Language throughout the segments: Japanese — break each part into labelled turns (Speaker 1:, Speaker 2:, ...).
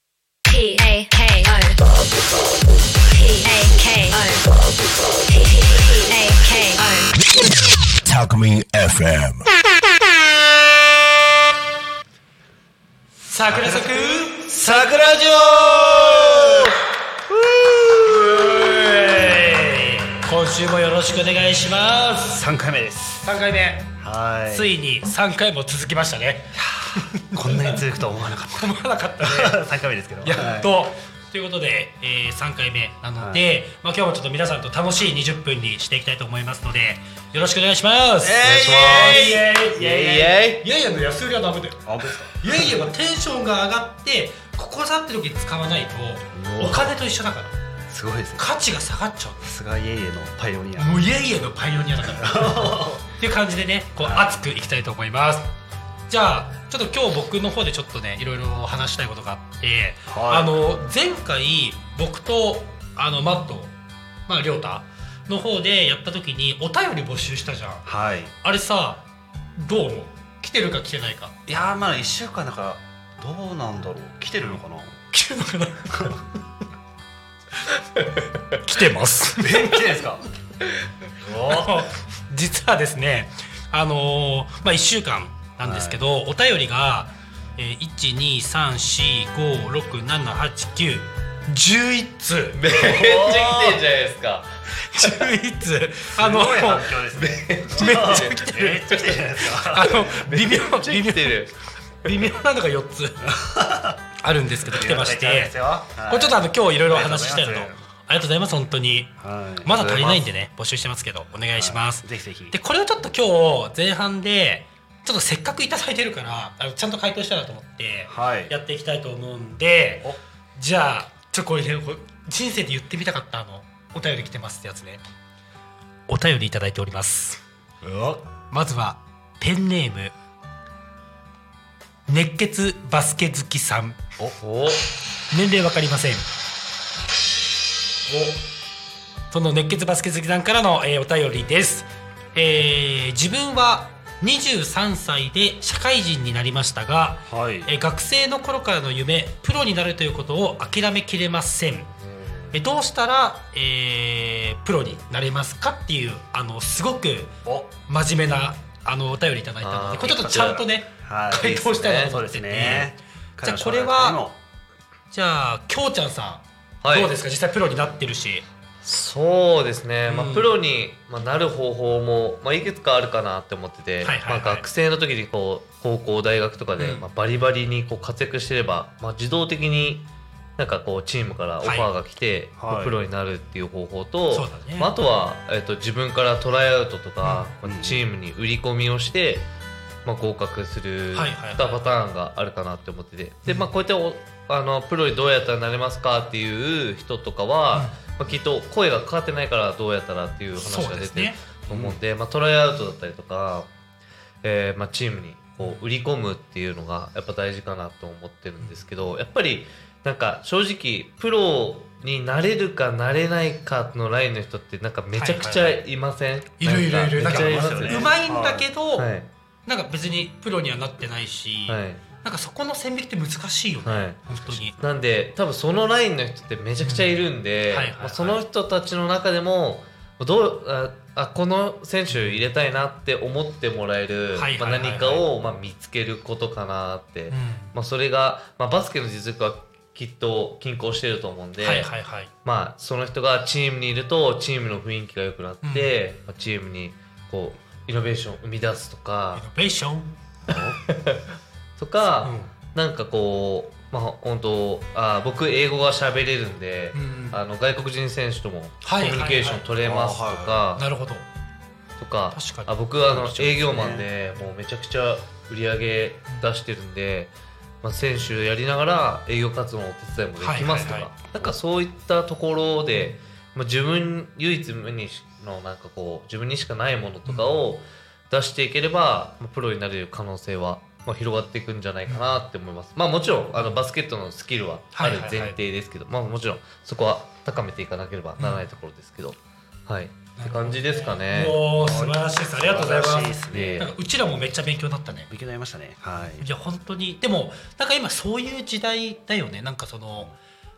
Speaker 1: P A K O. P A K O. P A K O.
Speaker 2: Talk FM.
Speaker 3: 桜咲く桜城今週もよろしくお願いします
Speaker 4: 3回目です
Speaker 3: 3回目
Speaker 4: は
Speaker 3: ついに3回も続きましたね
Speaker 4: こんなに続くとは思わなかっ
Speaker 3: 止まらなかったね
Speaker 4: た3回目ですけど
Speaker 3: やっと、ということで、えー、3回目なので、まあ、今日もちょっと皆さんと楽しい20分にしていきたいと思いますのでよろしくお願いします
Speaker 4: えい
Speaker 3: お願いします
Speaker 4: イエイ
Speaker 3: イエイイエ
Speaker 4: イエイ
Speaker 3: イイエイイエイの安売りはダメだよ
Speaker 4: 本当ですか
Speaker 3: いやいやテンションが上がってここさって時に使わないとお金と一緒だから
Speaker 4: すごいですね
Speaker 3: 価値が下がっちゃ
Speaker 4: さすがイエイエのパイオニア
Speaker 3: うもういえいえのパイオニアだからっ ていう感じでねこう熱くいきたいと思いますじゃあちょっと今日僕の方でちょっとねいろいろ話したいことがあって、
Speaker 4: はい
Speaker 3: あの前回僕とあのマットまあ亮太の方でやった時にお便り募集したじゃん
Speaker 4: はい
Speaker 3: あれさどう思う来てるか来てないか
Speaker 4: いやーまだ1週間だからどうなんだろう来てるのかな
Speaker 3: 来てるのかな来てます
Speaker 4: え来てないです か
Speaker 3: 実はですねあのーまあ1週間なんですけど、お便りが、えー、12345678911通
Speaker 5: めっちゃ来てんじゃないですか。
Speaker 3: 11通 あの
Speaker 4: すごい反響ですね
Speaker 3: めっちゃ来てる
Speaker 4: めっちゃ来てるじゃないですか
Speaker 3: あの微妙微
Speaker 5: 来
Speaker 3: 妙
Speaker 5: てる。
Speaker 3: 微妙なのが4つ あるんですけど来てまし
Speaker 4: いやいやいや
Speaker 3: て
Speaker 4: いやはい
Speaker 3: これちょっとあの今日いろいろお話ししたいなと
Speaker 4: あ
Speaker 3: あ
Speaker 4: りがと
Speaker 3: りがとう
Speaker 4: うござい
Speaker 3: ございます本当に
Speaker 4: はい
Speaker 3: まだ足りないんでね募集してますけどお願いします、
Speaker 4: ぜひぜひ
Speaker 3: でこれをちょっと今日前半でちょっとせっかくいただいてるからあのちゃんと回答したいなと思って
Speaker 4: はい
Speaker 3: やっていきたいと思うんで、
Speaker 4: お
Speaker 3: じゃあちょっとこれねこれ人生で言ってみたかったあのお便り来てますってやつねお便りいただいておりますまずはペンネーム熱血バスケ好きさん
Speaker 5: お、
Speaker 3: 年齢わかりませんその熱血バスケ好きさんからの、えーお便りです、えー自分は23歳で社会人になりましたが、
Speaker 4: はい
Speaker 3: えー学生の頃からの夢プロになるということを諦めきれませんえーどうしたら、えープロになれますかっていうあのすごく
Speaker 4: お
Speaker 3: 真面目なあのお便りいただいたの
Speaker 5: あ
Speaker 3: で
Speaker 5: ー
Speaker 3: これちょっとちゃんとね
Speaker 4: はい
Speaker 3: 回答したいなと
Speaker 4: そう
Speaker 3: 思
Speaker 4: で
Speaker 3: っ
Speaker 4: す
Speaker 3: てて、
Speaker 4: ね
Speaker 3: じゃあこれはじゃあきょうちゃんさん、
Speaker 5: はい
Speaker 3: どうですか実際プロになってるし
Speaker 5: そうですね。ま
Speaker 3: うん
Speaker 5: あプロにまあなる方法もまあいくつかあるかなって思って
Speaker 3: はい
Speaker 5: て、
Speaker 3: はいはい
Speaker 5: まあ学生の時にこう高校大学とかで
Speaker 3: うん
Speaker 5: まあバリバリにこう活躍してれば、まあ自動的になんかこうチームからオファーが来て、
Speaker 4: はい
Speaker 5: まあプロになるっていう方法と、
Speaker 3: そうだね
Speaker 5: まああとはえっと自分からトライアウトとか、
Speaker 4: うん
Speaker 5: まあチームに売り込みをして。まあ、合格する
Speaker 3: はいはいはい
Speaker 5: 2パターンがあるかなって思ってて、でまあ、こうやっておあのプロにどうやったらなれますかっていう人とかは、まあ、きっと声がかかってないからどうやったらっていう話
Speaker 3: そう
Speaker 5: が
Speaker 3: で
Speaker 5: 出
Speaker 3: す
Speaker 5: てる
Speaker 3: ね
Speaker 5: と思うんでまあ、トライアウトだったりとか、えーまあ、チームにこう売り込むっていうのがやっぱ大事かなと思ってるんですけどやっぱりなんか正直プロになれるかなれないかのラインの人ってなんかめちゃくちゃいません、
Speaker 3: いるいるいるな
Speaker 5: な
Speaker 3: んんかう
Speaker 5: かめっちゃいますよね
Speaker 3: まいんだけど、
Speaker 5: はい
Speaker 3: なんか別にプロにはなってないし、
Speaker 5: はい
Speaker 3: なんかそこの線引きって難しいよね、
Speaker 5: はい
Speaker 3: 本当に
Speaker 5: なんで多分そのラインの人ってめちゃくちゃいるんで、
Speaker 3: うんはいはいはい
Speaker 5: まあその人たちの中でもどうああこの選手入れたいなって思ってもらえる
Speaker 3: はい
Speaker 5: ま
Speaker 3: は
Speaker 5: あ
Speaker 3: いはいはい
Speaker 5: 何かを、まあ、見つけることかなって、
Speaker 3: うん
Speaker 5: まあ、それが、まあ、バスケの実力はきっと均衡してると思うんで、
Speaker 3: はいはいはい
Speaker 5: まあ、その人がチームにいるとチームの雰囲気が良くなって、まあ、チームにこうイノベーションを生み出すと
Speaker 3: イ
Speaker 5: か
Speaker 3: ノベーション、
Speaker 5: とか。
Speaker 3: うん
Speaker 5: なんかこうまあ本当あー僕英語が喋れるんで、
Speaker 3: うん
Speaker 5: あの外国人選手ともコ
Speaker 3: はい
Speaker 5: ミュニケーション取れますとか、
Speaker 3: なるほど
Speaker 5: とか
Speaker 3: 確かに
Speaker 5: あ僕はあの
Speaker 4: そうですね
Speaker 5: 営業マンでもうめちゃくちゃ売り上げ出してるんで、まあ、選手やりながら営業活動のお手伝いもできますとか、
Speaker 3: はいはいは
Speaker 5: なんかそういったところで、まあ、自分唯一無二のなんかこう自分にしかないものとかを出していければ、まあ、プロになれる可能性は、まあ、広がっていくんじゃないかなって思います、まあもちろんあのバスケットのスキルはある前提ですけど、まあもちろんそこは高めていかなければならないところですけど、はいって感じですかね
Speaker 3: もう素晴らしいですありがとうござい
Speaker 4: 素晴
Speaker 3: ま
Speaker 4: らしいですすね。
Speaker 3: なんかうちらもめっちゃ勉強になったね
Speaker 4: 勉強になりましたね。はい。
Speaker 3: いや本当にでもなんか今そういう時代だよねなんかその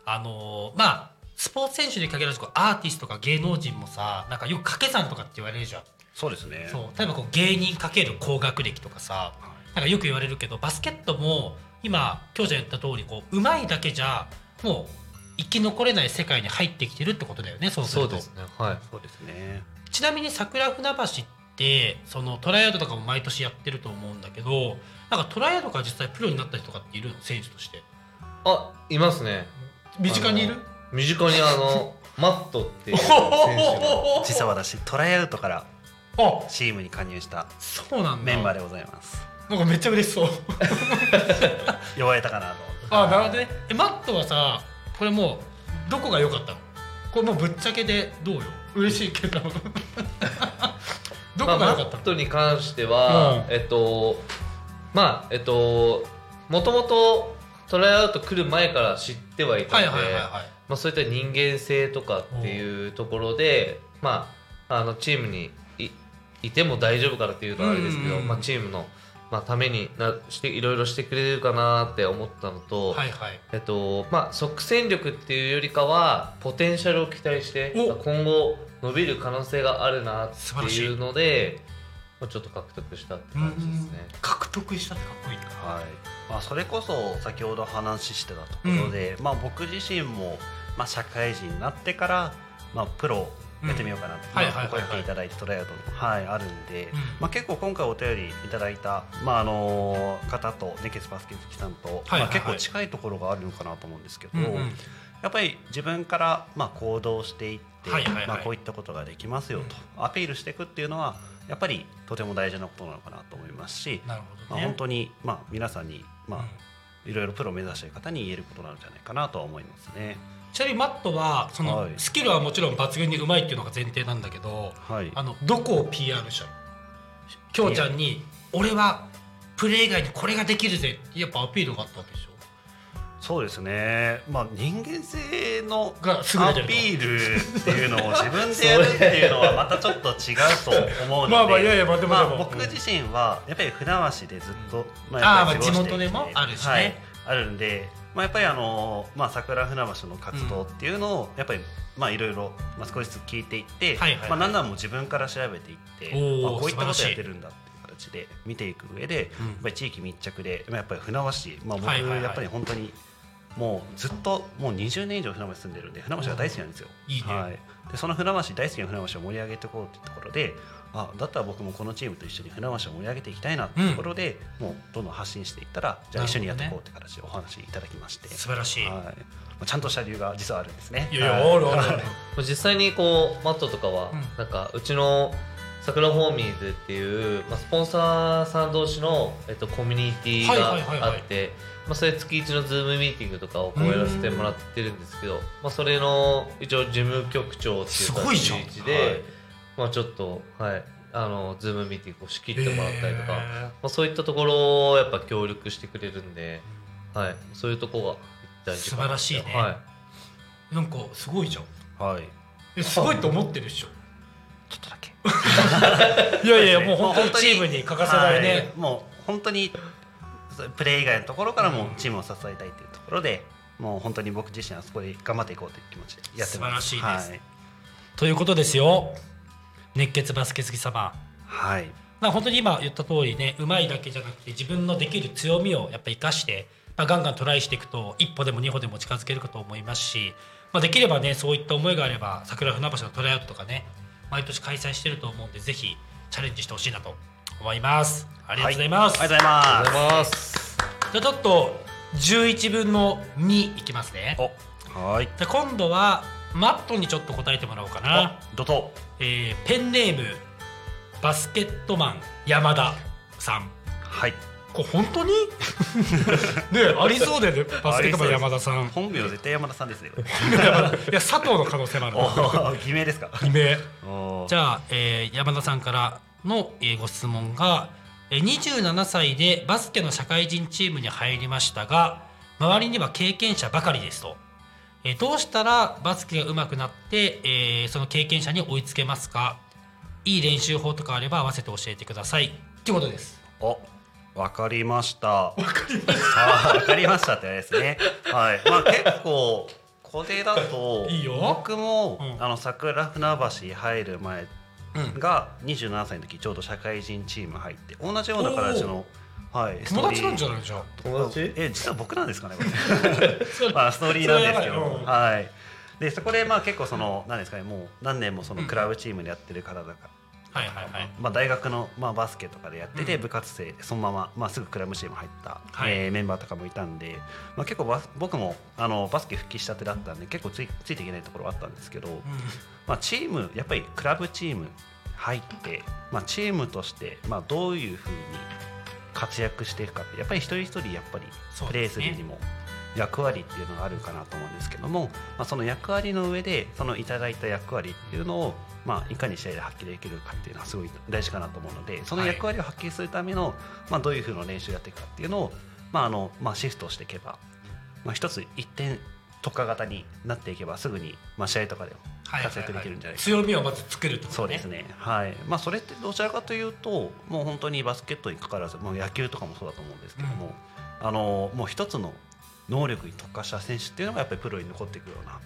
Speaker 3: あのまあスポーツ選手に限らずこうアーティストとか芸能人もさなんかよく掛け算とかって言われるじゃん
Speaker 4: そうですね。
Speaker 3: そう例えばこう芸人かける高学歴とかさなんかよく言われるけどバスケットも今京ちゃん言った通りこう上手いだけじゃもう生き残れない世界に入ってきてるってことだよねそうす
Speaker 5: そ
Speaker 3: る
Speaker 5: う
Speaker 3: と
Speaker 5: ですねはい
Speaker 4: そうですね。
Speaker 3: ちなみに桜船橋ってそのトライアウトとかも毎年やってると思うんだけどなんかトライアウトから実際プロになった人とかっているの選手として
Speaker 5: あいますね
Speaker 3: 身近にいる
Speaker 5: あの身近にあ のマットっていう選手が
Speaker 3: お
Speaker 4: 実は私トライアウトから
Speaker 3: あ
Speaker 4: チームに加入した
Speaker 3: そうなんだ
Speaker 4: メンバーでございます。
Speaker 3: なんかめっちゃ嬉しそう
Speaker 4: 呼ばれたかなと。
Speaker 3: あなるほどねえマットはさこれもうどこが良かったのこれもうぶっちゃけでどうよ嬉しいけどどこ
Speaker 5: まあ、
Speaker 3: が
Speaker 5: マ
Speaker 3: 良かった
Speaker 5: ッ
Speaker 3: の、
Speaker 5: トに関しては、
Speaker 3: う
Speaker 5: えっとまあえっともともとトライアウト来る前から知ってはいたの
Speaker 3: はい
Speaker 5: で、
Speaker 3: はいはいはい
Speaker 5: まあ、そういった人間性とかっていうところで、まあ、あのチームにいいても大丈夫からっていうとあれですけ
Speaker 3: うん
Speaker 5: ど、
Speaker 3: うんうん
Speaker 5: まあ、チームの、まあ、ためになしていろいろしてくれるかなって思ったのと、
Speaker 3: はいはい
Speaker 5: えっとまあ、即戦力っていうよりかはポテンシャルを期待して
Speaker 3: お
Speaker 5: 今後伸びる可能性があるなっていうのでまあちょっと獲得したって感じですね。
Speaker 3: 獲得したってかっこいいな
Speaker 4: はいまあ、それこそ先ほど話してたところで、まあ、僕自身も、まあ、社会人になってから、まあ、プロやってみようかなって、
Speaker 3: うん
Speaker 4: まあ
Speaker 3: はいはいはいはい
Speaker 4: ここやっていただいてトライアウトも、はい、あるんで、
Speaker 3: うん
Speaker 4: まあ、結構今回お便りいただいた、まああの方とネケスバスケ好きさんと、
Speaker 3: はいはい
Speaker 4: まあ、結構近いところがあるのかなと思うんですけど、
Speaker 3: うんうん
Speaker 4: やっぱり自分からまあ行動していって、
Speaker 3: はいはいはい
Speaker 4: まあ、こういったことができますよと、アピールしていくっていうのはやっぱりとても大事なことなのかなと思いますし、
Speaker 3: なるほど
Speaker 4: まあ、
Speaker 3: ね、
Speaker 4: 本当に、まあ、皆さんに、
Speaker 3: うん
Speaker 4: まあ、いろいろプロを目指している方に言えることなんじゃないかなとは思いますね。
Speaker 3: ちなみにマットはその、
Speaker 4: はい
Speaker 3: スキルはもちろん抜群にうまいっていうのが前提なんだけど
Speaker 4: はい、
Speaker 3: あのどこを PR したのきょうちゃんに「俺はプレー以外にこれができるぜ」ってやっぱアピールがあったわけでしょ
Speaker 4: そうですね、まあ、人間性の
Speaker 3: が優
Speaker 4: ア
Speaker 3: れてる
Speaker 4: ピールっていうのを自分でやるっていうのはまたちょっと違うと思うので
Speaker 3: まあまあいやいやまあでも
Speaker 4: まあ
Speaker 3: でも
Speaker 4: 僕自身はやっぱり船橋でずっと、ま
Speaker 3: ああ
Speaker 4: やっぱり過ごしてきて
Speaker 3: まあ地元でもあるしね
Speaker 4: はいあるんで、まあ、やっぱりあの、まあ、桜船橋の活動っていうのをやっぱり、まあ、いろいろ、まあ、少しずつ聞いていって、
Speaker 3: はいはいはい
Speaker 4: まあ、何段も自分から調べていって、
Speaker 3: おー
Speaker 4: まあ、こういったこ
Speaker 3: 素晴らしい
Speaker 4: とやってるんだっていう形で見ていく上で、
Speaker 3: うん
Speaker 4: やっぱり地域密着で、まあ、やっぱり船橋、まあ、僕、
Speaker 3: はいはいはい
Speaker 4: やっぱり本当にもうずっともう20年以上船橋住んでるんで船橋が大好きなんですよ。
Speaker 3: いいね
Speaker 4: はい、でその船橋大好きな船橋を盛り上げていこうってところであだったら僕もこのチームと一緒に船橋を盛り上げていきたいなってところで、もうどんどん発信していったらじゃあ一緒にやっていこうって形でお話いただきまして、
Speaker 3: 素晴らしい、
Speaker 4: はいまあ、ちゃんとした理由が実はあるんですね。
Speaker 3: いやいや、
Speaker 4: はい
Speaker 3: あるあるある。
Speaker 5: もう実際にこうマットとかは、
Speaker 3: うん
Speaker 5: なんかうちの桜フォーミーズっていう、まあ、スポンサーさん同士の、えっと、コミュニティが
Speaker 3: はいはいはい
Speaker 5: あ
Speaker 3: はい
Speaker 5: ってまあそれ月1のズームミーティングとかをこ
Speaker 3: う
Speaker 5: うんやらせてもらってるんですけど、まあ、それの一応事務局長っていう
Speaker 3: すごいじゃん
Speaker 5: 立ち位置で、
Speaker 4: はい
Speaker 5: まあ、ちょっと、はい、あのズームミーティングを仕切ってもらったりとか、まあ、そういったところをやっぱ協力してくれるんで、はい、そういうとこが大事か
Speaker 3: 素
Speaker 5: なって
Speaker 3: 晴らしいね
Speaker 5: はい
Speaker 3: へーなんかすごいじゃん
Speaker 4: はい
Speaker 3: えすごいと思ってるっしょ
Speaker 4: ちょっとだけ
Speaker 3: いやいや
Speaker 4: そうですね
Speaker 3: もう本当にチームに欠かせない
Speaker 4: はい
Speaker 3: ね、
Speaker 4: もう本当にそうプレー以外のところからもチームを支えたいというところで、もう本当に僕自身はそこで頑張っていこうという気持ちでやってます。
Speaker 3: 素晴らしいです
Speaker 4: はい
Speaker 3: ということですよ熱血バスケ好き様
Speaker 4: はい
Speaker 3: まあ本当に今言った通りねうまいだけじゃなくて自分のできる強みをやっぱ生かして、まあ、ガンガントライしていくと一歩でも二歩でも近づけるかと思いますし、まあ、できればねそういった思いがあれば桜船橋のトライアウトとかね毎年開催してると思うんでぜひチャレンジしてほしいなと思いますありがとうございます、
Speaker 4: はいありがとうございます。
Speaker 5: ありがとうございます
Speaker 3: じゃあちょっと11分の2いきますね
Speaker 4: おはい
Speaker 3: じゃあ今度はマットにちょっと答えてもらおうかな、
Speaker 4: ドト
Speaker 3: えーペンネームバスケットマン山田さん
Speaker 4: はい
Speaker 3: これ本当 にねありそうだよねバスケットマン山田さん
Speaker 4: 本名絶対山田さんですね
Speaker 3: いや佐藤の可能性もある
Speaker 4: おー偽名ですか
Speaker 3: 2名
Speaker 4: お
Speaker 3: じ
Speaker 4: ゃ
Speaker 3: ゃあ、えー山田さんからの、えーご質問が、えー27歳でバスケの社会人チームに入りましたが周りには経験者ばかりですとえーどうしたらバスケが上手くなって、えーその経験者に追いつけますかいい練習法とかあれば合わせて教えてくださいってことです
Speaker 4: おわかりました。わかりました。わかりましたってあれですね。はい。まあ結構これだと
Speaker 3: いいよ
Speaker 4: 僕も、
Speaker 3: うん
Speaker 4: あの桜船橋入る前
Speaker 3: うん
Speaker 4: が27歳の時ちょうど社会人チーム入って同じような形のはいスト
Speaker 3: 友
Speaker 4: ーリー
Speaker 3: 達なんじゃないじゃん
Speaker 5: 友達
Speaker 4: え実は僕なんですかね。これまあストーリーなん
Speaker 3: それはや
Speaker 4: ですけ
Speaker 3: ばい
Speaker 4: ど
Speaker 3: う、ん
Speaker 4: はい。でそこでまあ結構その何ですかねもう何年もそのクラブチームでやってる方だから。
Speaker 3: はいはいはい
Speaker 4: まあ、大学の、まあ、バスケとかでやってて、
Speaker 3: うん
Speaker 4: 部活生でそのまま、まあ、すぐクラブチーム入った、
Speaker 3: はい
Speaker 4: えーメンバーとかもいたんで、まあ、結構バス僕もあのバスケ復帰したてだったんで結構ついついていけないところはあったんですけど、まあ、チームやっぱりクラブチーム入って、まあ、チームとして、まあ、どういうふうに活躍していくかってやっぱり一人一人やっぱり
Speaker 3: そう
Speaker 4: プレ
Speaker 3: で
Speaker 4: ー
Speaker 3: す
Speaker 4: す
Speaker 3: ね
Speaker 4: るにも役割っていうのがあるかなと思うんですけども、まあ、その役割の上でそのいただいた役割っていうのを、まあ、いかに試合で発揮できるかっていうのはすごい大事かなと思うのでその役割を発揮するための、まあ、どういうふうな練習をやっていくかっていうのを、まああのまあ、シフトしていけば、まあ、一つ一点特化型になっていけばすぐに、まあ、試合とかでも
Speaker 3: はい
Speaker 4: 活躍できるんじゃないか
Speaker 3: 強みをまず作るってこと
Speaker 4: そうですね。はい。まあそれってどちらかというと、もう本当にバスケットにかかわらず、もう野球とかもそうだと思うんですけども、あのもう一つの能力に特化した選手っていうのがやっぱりプロに残っていくような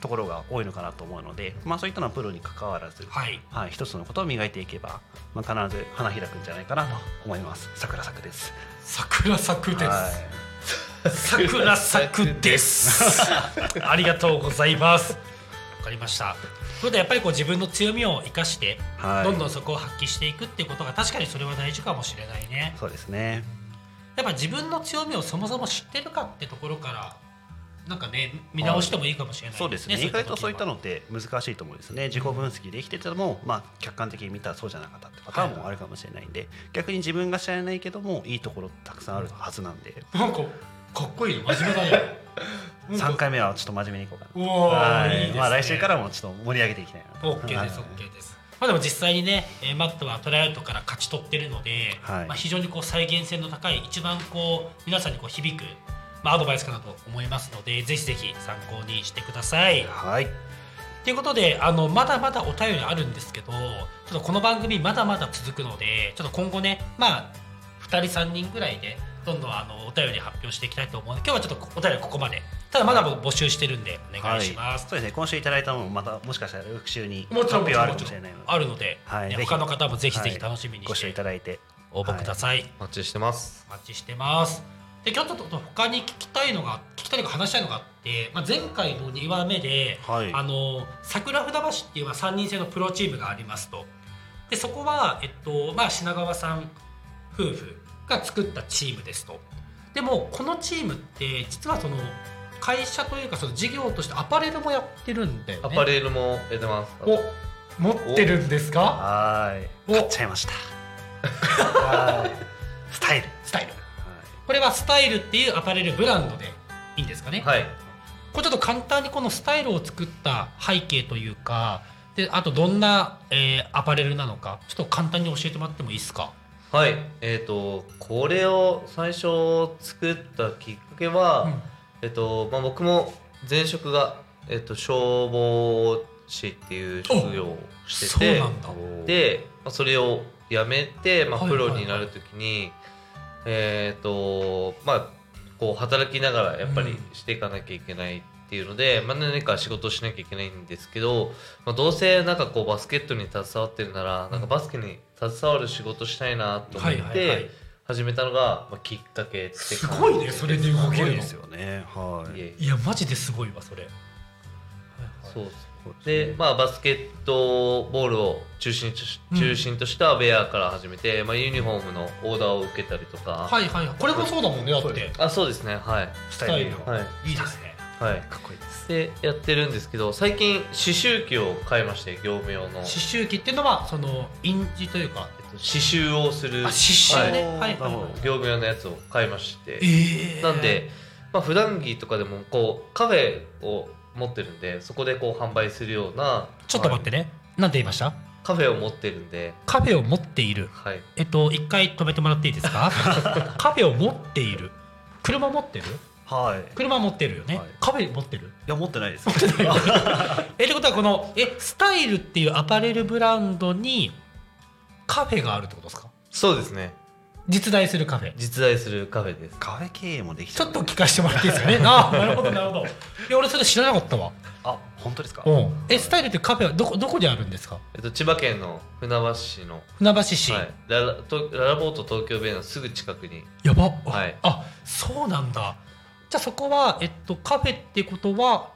Speaker 4: ところが多いのかなと思うので、まあそういったのはプロにかかわらず、
Speaker 3: はい
Speaker 4: はい、一つのことを磨いていけば、まあ必ず花開くんじゃないかなと思います。桜咲くです。
Speaker 3: 桜咲くです、
Speaker 4: はい
Speaker 3: 桜咲くですありがとうございますわかりましたそれでやっぱりこう自分の強みを生かして、
Speaker 4: はい
Speaker 3: どんどんそこを発揮していくっていうことが確かにそれは大事かもしれないね
Speaker 4: そうですね。
Speaker 3: やっぱ自分の強みをそもそも知ってるかってところからなんかね見直してもいいかもしれない、
Speaker 4: そうですね。意
Speaker 3: い
Speaker 4: 外
Speaker 3: こと
Speaker 4: そういったのって難しいと思うんですね。自己分析できてても、まあ客観的に見たらそうじゃなかったってパターンもあるかもしれないんで、逆に自分が知らないけどもいいところたくさんあるはずなんで、
Speaker 3: なんかかっこいいの真面目だね
Speaker 4: 三回目はちょっと真面目にいこうか
Speaker 3: お
Speaker 4: な。
Speaker 3: お
Speaker 4: はいい
Speaker 3: いですね
Speaker 4: まあ来週からもちょっと盛り上げていきたいな。
Speaker 3: オッケーです、
Speaker 4: は
Speaker 3: オ
Speaker 4: い
Speaker 3: ッケーです。まあでも実際にね、えーマットはトライアウトから勝ち取ってるので、
Speaker 4: はい
Speaker 3: まあ非常にこう再現性の高い一番こう皆さんにこう響くまあアドバイスかなと思いますので、ぜひぜひ参考にしてください。
Speaker 4: はい。
Speaker 3: ということで、あのまだまだお便りあるんですけど、ちょっとこの番組まだまだ続くので、ちょっと今後ね、まあ2人3人ぐらいでどんどんあのお便り発表していきたいと思うので、今日はちょっとお便りここまで。ただまだ募集してるんでお願いします。
Speaker 4: そうですね。今週いただいたのもまたもしかしたら翌週に
Speaker 3: もち
Speaker 4: 発
Speaker 3: ろん
Speaker 4: 表あるか
Speaker 3: ち
Speaker 4: も
Speaker 3: ろ
Speaker 4: しれ
Speaker 3: ん
Speaker 4: ないので、
Speaker 3: あるので、
Speaker 4: はい
Speaker 3: ね
Speaker 4: ぜひ
Speaker 3: 他の方もぜひぜひ
Speaker 4: はい
Speaker 3: 楽しみに
Speaker 4: ご
Speaker 3: し
Speaker 4: 視聴い
Speaker 3: て
Speaker 4: ただいて。
Speaker 3: 応募ください、
Speaker 5: お待ちしてます
Speaker 3: お待ちしてますで今日ちょっと他に聞きたいのが聞きたいというか話したいのがあって、まあ、前回の2話目で、
Speaker 4: はい
Speaker 3: あの桜船橋っていうまあ3人制のプロチームがありますとでそこは、えっとまあ、品川さん夫婦が作ったチームですとでもこのチームって実はその会社というかその事業としてアパレルもやってるんだよね
Speaker 5: アパレルも出てます
Speaker 3: お持ってるんですか
Speaker 4: はい。
Speaker 3: お
Speaker 4: 買っちゃい ました。はいスタイル。
Speaker 3: スタイル
Speaker 4: はい
Speaker 3: これはスタイルっていうアパレルブランドでいいんですかね、
Speaker 5: はい
Speaker 3: これちょっと簡単にこのスタイルを作った背景というかであとどんな、えーアパレルなのかちょっと簡単に教えてもらってもいいですか
Speaker 5: はいえっ、とこれを最初作ったきっかけは、
Speaker 3: うん
Speaker 5: えっとまあ、僕も前職が、えっと、消防士っていう職業をして
Speaker 3: そう
Speaker 5: て
Speaker 3: なんだ
Speaker 5: で、まあ、それを辞めて、まあ、
Speaker 3: はい
Speaker 5: プ
Speaker 3: はいはい
Speaker 5: ロになる時に、えっとまあこう働きながらやっぱ
Speaker 3: う
Speaker 5: り
Speaker 3: ん
Speaker 5: していかなきゃいけないっていうので、まあ、何か仕事をしなきゃいけないんですけど、まあ、どうせなんかこうバスケットに携わってるなら、なんかバスケに携わる仕事したいなと思っ
Speaker 3: はいはいはい
Speaker 5: て始めたのが、まあ、きっかけって
Speaker 3: すごいねそれで動
Speaker 4: す
Speaker 3: け
Speaker 4: ごい
Speaker 3: る
Speaker 4: で
Speaker 3: の
Speaker 4: すよね。はい
Speaker 5: えい
Speaker 4: い。
Speaker 5: え
Speaker 3: いやマジですごいわそれ
Speaker 5: そうです
Speaker 4: そうですね
Speaker 5: で、まあ、バスケットボールを中心とし中心としたウェアから始めて、まあ、ユニフォームのオーダーを受けたりとか、
Speaker 3: はいはいはいこれもそうだもんねだって
Speaker 5: あそうですねはい
Speaker 4: ス
Speaker 3: タ
Speaker 4: タ
Speaker 3: イ
Speaker 4: イ
Speaker 3: ル
Speaker 4: ル
Speaker 3: の
Speaker 4: の。
Speaker 5: はい、
Speaker 3: いいですね
Speaker 5: はい、
Speaker 4: かっこいいです。
Speaker 5: でやってるんですけど最近刺繍機を買いまして業務用の
Speaker 3: 刺繍機っていうのはその印字というか
Speaker 5: えっと刺繍をする
Speaker 3: あ刺繍ね
Speaker 4: は
Speaker 3: はい
Speaker 4: い
Speaker 3: はい
Speaker 4: な
Speaker 3: は
Speaker 4: るほ
Speaker 3: い
Speaker 5: 業務用のやつを買いまして、
Speaker 3: えー
Speaker 5: なんで、まあ普段着とかでもこうカフェを持ってるんでそこでこう販売するような
Speaker 3: ちょっと待って
Speaker 5: ね
Speaker 3: ねなんて言いました
Speaker 5: カフェを持ってるんで
Speaker 3: カフェを持っている
Speaker 5: はい
Speaker 3: えっと、一回止めてもらっていいですかカフェを持っている車持ってる
Speaker 4: はい。い
Speaker 3: 車持ってるよね、
Speaker 4: はい
Speaker 3: カフェ持ってる
Speaker 4: や持ってない です。
Speaker 3: えってことはこのえスタイルっていうアパレルブランドにカフェがあるってことですか
Speaker 5: そうですね
Speaker 3: 実在するカフェ
Speaker 5: 実在するカフェです
Speaker 4: カフェ経営もでき
Speaker 3: ちょっと
Speaker 4: ゃう
Speaker 3: 聞かせてもらっていいですかねああ なるほどなるほどいや俺それ知らなかったわ
Speaker 4: あ本当ですか。
Speaker 3: うんえスタイルっていうカフェはどこどこにあるんですか
Speaker 5: えっと千葉県の船橋市の
Speaker 3: 船橋市、
Speaker 5: はい、ララとララボート東京ベイのすぐ近くに
Speaker 3: やばあ,、
Speaker 5: はい
Speaker 3: あそうなんだじゃあそこは、えっと、カフェってことは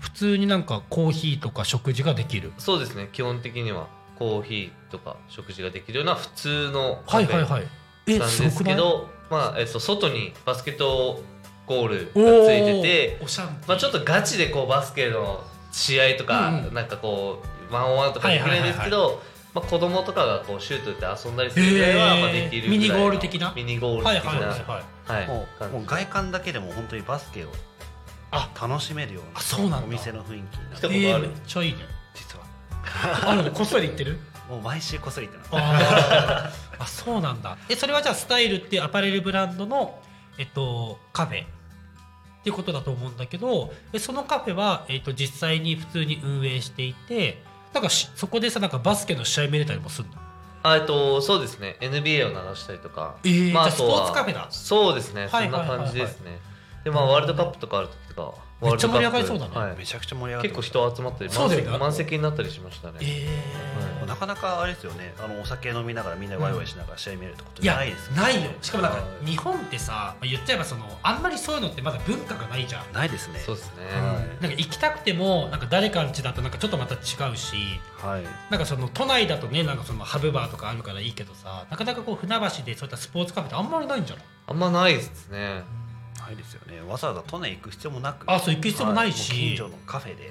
Speaker 3: 普通になんかコーヒーとか食事ができる
Speaker 5: そうですね基本的にはコーヒーとか食事ができるような普通のカ
Speaker 3: はい
Speaker 5: フェ
Speaker 3: はい
Speaker 5: なん
Speaker 3: はいえす
Speaker 5: で
Speaker 3: ご
Speaker 5: す
Speaker 3: く
Speaker 5: け
Speaker 3: ない
Speaker 5: どまあえっと外にバスケットゴールがつ
Speaker 3: おー
Speaker 5: いてて、
Speaker 3: おしゃん
Speaker 5: まあ、ちょっとガチでこうバスケの試合とか、
Speaker 3: うんうん
Speaker 5: なんかこうワンオンワンとかできるんですけど、まあ、子供とかがこうシュート打って遊んだりするぐらいは
Speaker 3: へー
Speaker 5: まあできるぐらいの
Speaker 3: ミニゴール的な
Speaker 5: ミニゴール
Speaker 3: はい
Speaker 5: 的
Speaker 3: はいはい
Speaker 5: な
Speaker 3: はい
Speaker 5: はい
Speaker 4: もう
Speaker 5: 感じ
Speaker 4: もう外観だけでも本当にバスケを
Speaker 3: あ
Speaker 4: 楽しめるような
Speaker 3: あそうなんだ
Speaker 4: お店の雰囲気になっ
Speaker 5: 来
Speaker 4: て
Speaker 5: たこと
Speaker 3: え
Speaker 5: あ
Speaker 3: ー、め
Speaker 5: る
Speaker 3: っちゃいいね
Speaker 4: 実 は
Speaker 3: あるのこっそり言ってる
Speaker 4: もう毎週こっそり行ってます
Speaker 3: あ ーあそうなんだえそれはじゃあスタイルっていうアパレルブランドの、えっと、カフェっていうことだと思うんだけどえそのカフェは、えっと、実際に普通に運営していてなんかしそこでさなんかバスケの試合見れたりもするの
Speaker 5: あえっとそうですね NBA を流したりとか、
Speaker 3: えー
Speaker 5: あ
Speaker 3: じゃあ
Speaker 5: とは
Speaker 3: スポーツカフェだ
Speaker 5: そうです
Speaker 3: は
Speaker 5: ね、
Speaker 3: いはいはいはい
Speaker 5: そんな感じですねでまあワールドカップとかある時とか
Speaker 3: めっちゃ盛り上が
Speaker 5: ワー
Speaker 3: り
Speaker 5: ル
Speaker 3: そう
Speaker 5: ド
Speaker 3: だ
Speaker 5: カッ
Speaker 3: ね
Speaker 5: プはい
Speaker 4: めちゃくちゃ盛り上がって
Speaker 5: 結構人集まって
Speaker 3: そうだよ
Speaker 5: 満
Speaker 3: ね
Speaker 5: 席満席になったりしましたね、
Speaker 3: え
Speaker 5: は
Speaker 4: もうなかなかあれですよねあのお酒飲みながらみんなワイワイしながら試合見れるってこと
Speaker 3: いや
Speaker 4: ないですよ
Speaker 3: ないよしかもなんか
Speaker 4: はい
Speaker 3: 日本ってさ言っちゃえばそのあんまりそういうのってまだ文化がないじゃん
Speaker 4: ないですね
Speaker 5: そうですね、
Speaker 3: なんか行きたくてもなんか誰かん家だとなんかちょっとまた違うし
Speaker 4: はい、はい、
Speaker 3: なんかその都内だとねなんかそのハブバーとかあるからいいけどさなかなかこう船橋でそういったスポーツカフェってあんまりないんじゃない
Speaker 5: あんまないですね
Speaker 4: ないですよねわざわざ都内行く必要もなく
Speaker 3: あそう行く必要もないし
Speaker 4: はもう近所のカフェで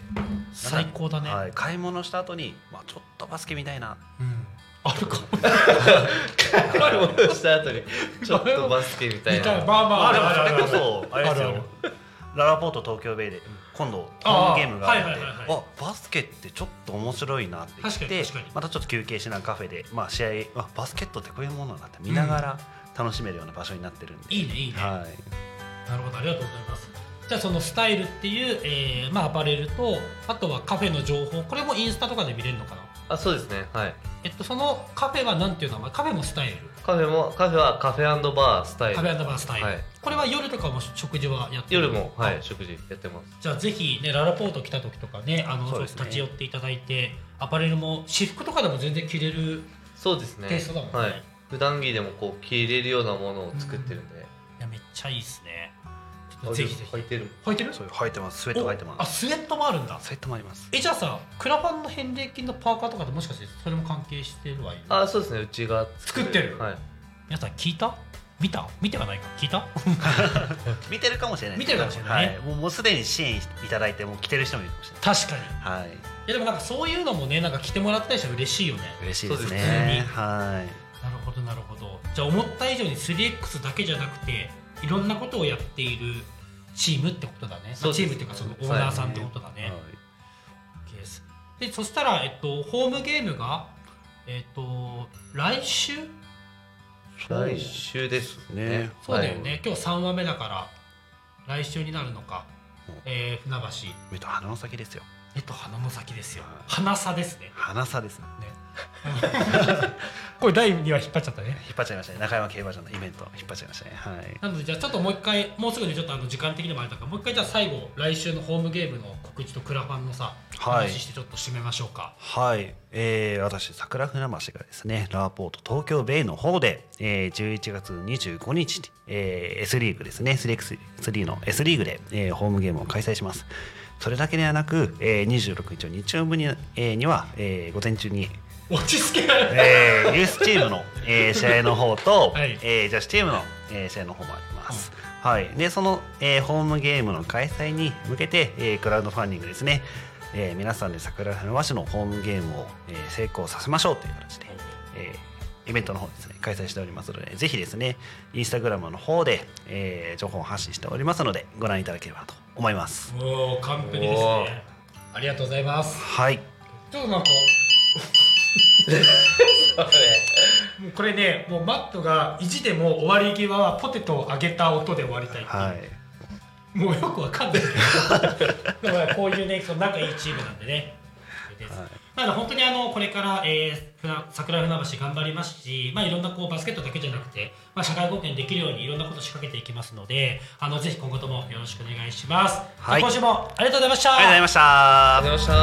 Speaker 3: 最高だね、
Speaker 4: はい、買い物した後に、まあ、ちょっとバスケ見たいな
Speaker 3: うん、あるかも
Speaker 5: 買い物した 後にちょっとバスケみたい
Speaker 3: みたいな
Speaker 5: な
Speaker 3: まあまあ
Speaker 4: あ
Speaker 3: ある
Speaker 4: でも
Speaker 3: ある
Speaker 4: そ
Speaker 3: あ
Speaker 4: れ
Speaker 3: る
Speaker 4: こそあれです
Speaker 3: ある
Speaker 4: よララポート東京ベイで今度ホームゲームがあって
Speaker 3: あーはいはいはい
Speaker 4: あバスケってちょっと面白いなって言っ
Speaker 3: 確かに
Speaker 4: て
Speaker 3: 確かに
Speaker 4: またちょっと休憩しながらカフェで、まあ、試合あバスケットってこういうものなんだって見ながら楽しめるような場所になってるんで、
Speaker 3: いいねいいね、
Speaker 4: はい、
Speaker 3: なるほどありがとうございますじゃあそのスタイルっていう、えーまあ、アパレルとあとはカフェの情報これもインスタとかで見れるのかな
Speaker 5: あそうですねはい
Speaker 3: えっとそのカフェはなんていう名前カフェもスタイル
Speaker 5: カフェもカフェはカフェバースタイ
Speaker 3: カフェ
Speaker 5: ル
Speaker 3: バースタイル、
Speaker 5: はい
Speaker 3: これは夜とかも食事はやってる
Speaker 5: 夜も、はい
Speaker 3: あ、
Speaker 5: 食事やってます
Speaker 3: じゃあぜひねララポート来た時とかねあの
Speaker 4: そうですね
Speaker 3: ちょっと立ち寄っていただいてアパレルも私服とかでも全然着れるい
Speaker 5: そうですね
Speaker 3: テイストだもんね
Speaker 5: はい、普段着でもこう着入れるようなものを作ってるんで、
Speaker 3: やめっちゃいいですねちょっとぜひぜひ
Speaker 5: 履いてる
Speaker 3: 履いてる
Speaker 4: そういう履いてますスウェット履いて
Speaker 3: おあ
Speaker 4: ます
Speaker 3: スウェットもあるんだ
Speaker 4: スウェットもあります
Speaker 3: えじゃあさクラファンの返礼金のパーカーとかってもしかしてそれも関係してるわよ
Speaker 5: あそうですねうちが
Speaker 3: 作ってる
Speaker 5: はい
Speaker 3: 皆さん聞いた見た見てはないか聞いた
Speaker 4: 見てるかもしれないです
Speaker 3: 見てるかもしれないね
Speaker 4: はい、もうもうすでに支援いただいてもう着てる人もいるかもしれない
Speaker 3: 確かにい
Speaker 4: はい
Speaker 3: やでもなんかそういうのもねなんか着てもらったりしたら嬉しいよね
Speaker 4: 嬉しいです
Speaker 5: そう
Speaker 4: ね
Speaker 5: です
Speaker 3: ね
Speaker 4: はい
Speaker 3: なるほどなるほどじゃあ思った以上に 3X だけじゃなくていろんなことをやっているチームってことだね、ま
Speaker 5: そ
Speaker 3: あ
Speaker 5: うです
Speaker 3: チームっていうかそのオーナーさんってことだね、
Speaker 4: はい
Speaker 3: ケースでそしたら、えっと、ホームゲームが、えっと、来週
Speaker 5: 来週です
Speaker 4: ね
Speaker 5: ね
Speaker 3: そうだよ
Speaker 5: はい
Speaker 3: ね、今日3話目だから来週になるのか、
Speaker 4: うん
Speaker 3: えー船橋
Speaker 4: 目と鼻の先ですよ
Speaker 3: 目と鼻の先ですよ鼻差ですね
Speaker 4: 鼻差ですね
Speaker 3: これ第2話引っ張っちゃったね
Speaker 4: 引っ張っちゃいましたね中山競馬場のイベント引っ張っちゃいましたねはい
Speaker 3: なのでじゃあちょっともう一回もうすぐにちょっとあの時間的にもあれだからもう一回じゃあ最後来週のホームゲームの告知とクラファンのさ、
Speaker 4: はい
Speaker 3: 話してちょっと締めましょうか
Speaker 4: はい、えー、私桜船橋がですねラーポート東京ベイの方で、えー、11月25日に、えー S リーグですね 3x3 の S リーグで、えーホームゲームを開催しますそれだけではなく、えー、26日の日曜日に,、えーには、えー午前中に、
Speaker 3: 落ち着けられない
Speaker 4: えー、ユースチームの、えー試合の方と、
Speaker 3: はい
Speaker 4: えー女子チームの、えー試合の方もあります。はい、でその、えーホームゲームの開催に向けて、えークラウドファンディングですね、えー皆さんで桜船橋のホームゲームを、えー成功させましょうという形で、えーイベントの方ですね開催しておりますのでぜひですねインスタグラムの方で、えー情報を発信しておりますのでご覧いただければと思います。
Speaker 3: もう完璧です
Speaker 5: おー
Speaker 3: ねありがとうございます
Speaker 4: は
Speaker 3: ち
Speaker 4: い、
Speaker 3: ょっとなんかもうこれねもうマットが意地でも終わり際はポテトを揚げた音で終わりたいっていう
Speaker 4: はい
Speaker 3: もうよくわかんないけどでもこういうねその仲いいチームなんでねです
Speaker 4: はい
Speaker 3: なので本当にあのこれから、えーふな桜船橋頑張りますし、まあ、いろんなこうバスケットだけじゃなくて、まあ、社会貢献できるようにいろんなことを仕掛けていきますのであのぜひ今後ともよろしくお願いします、
Speaker 4: はい
Speaker 3: 今週もありがとうございました
Speaker 4: ありがとうござ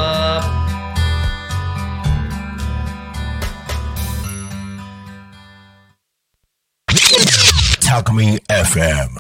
Speaker 4: いました
Speaker 5: ありがとうございまし
Speaker 2: Talk
Speaker 5: た。
Speaker 2: Me FM.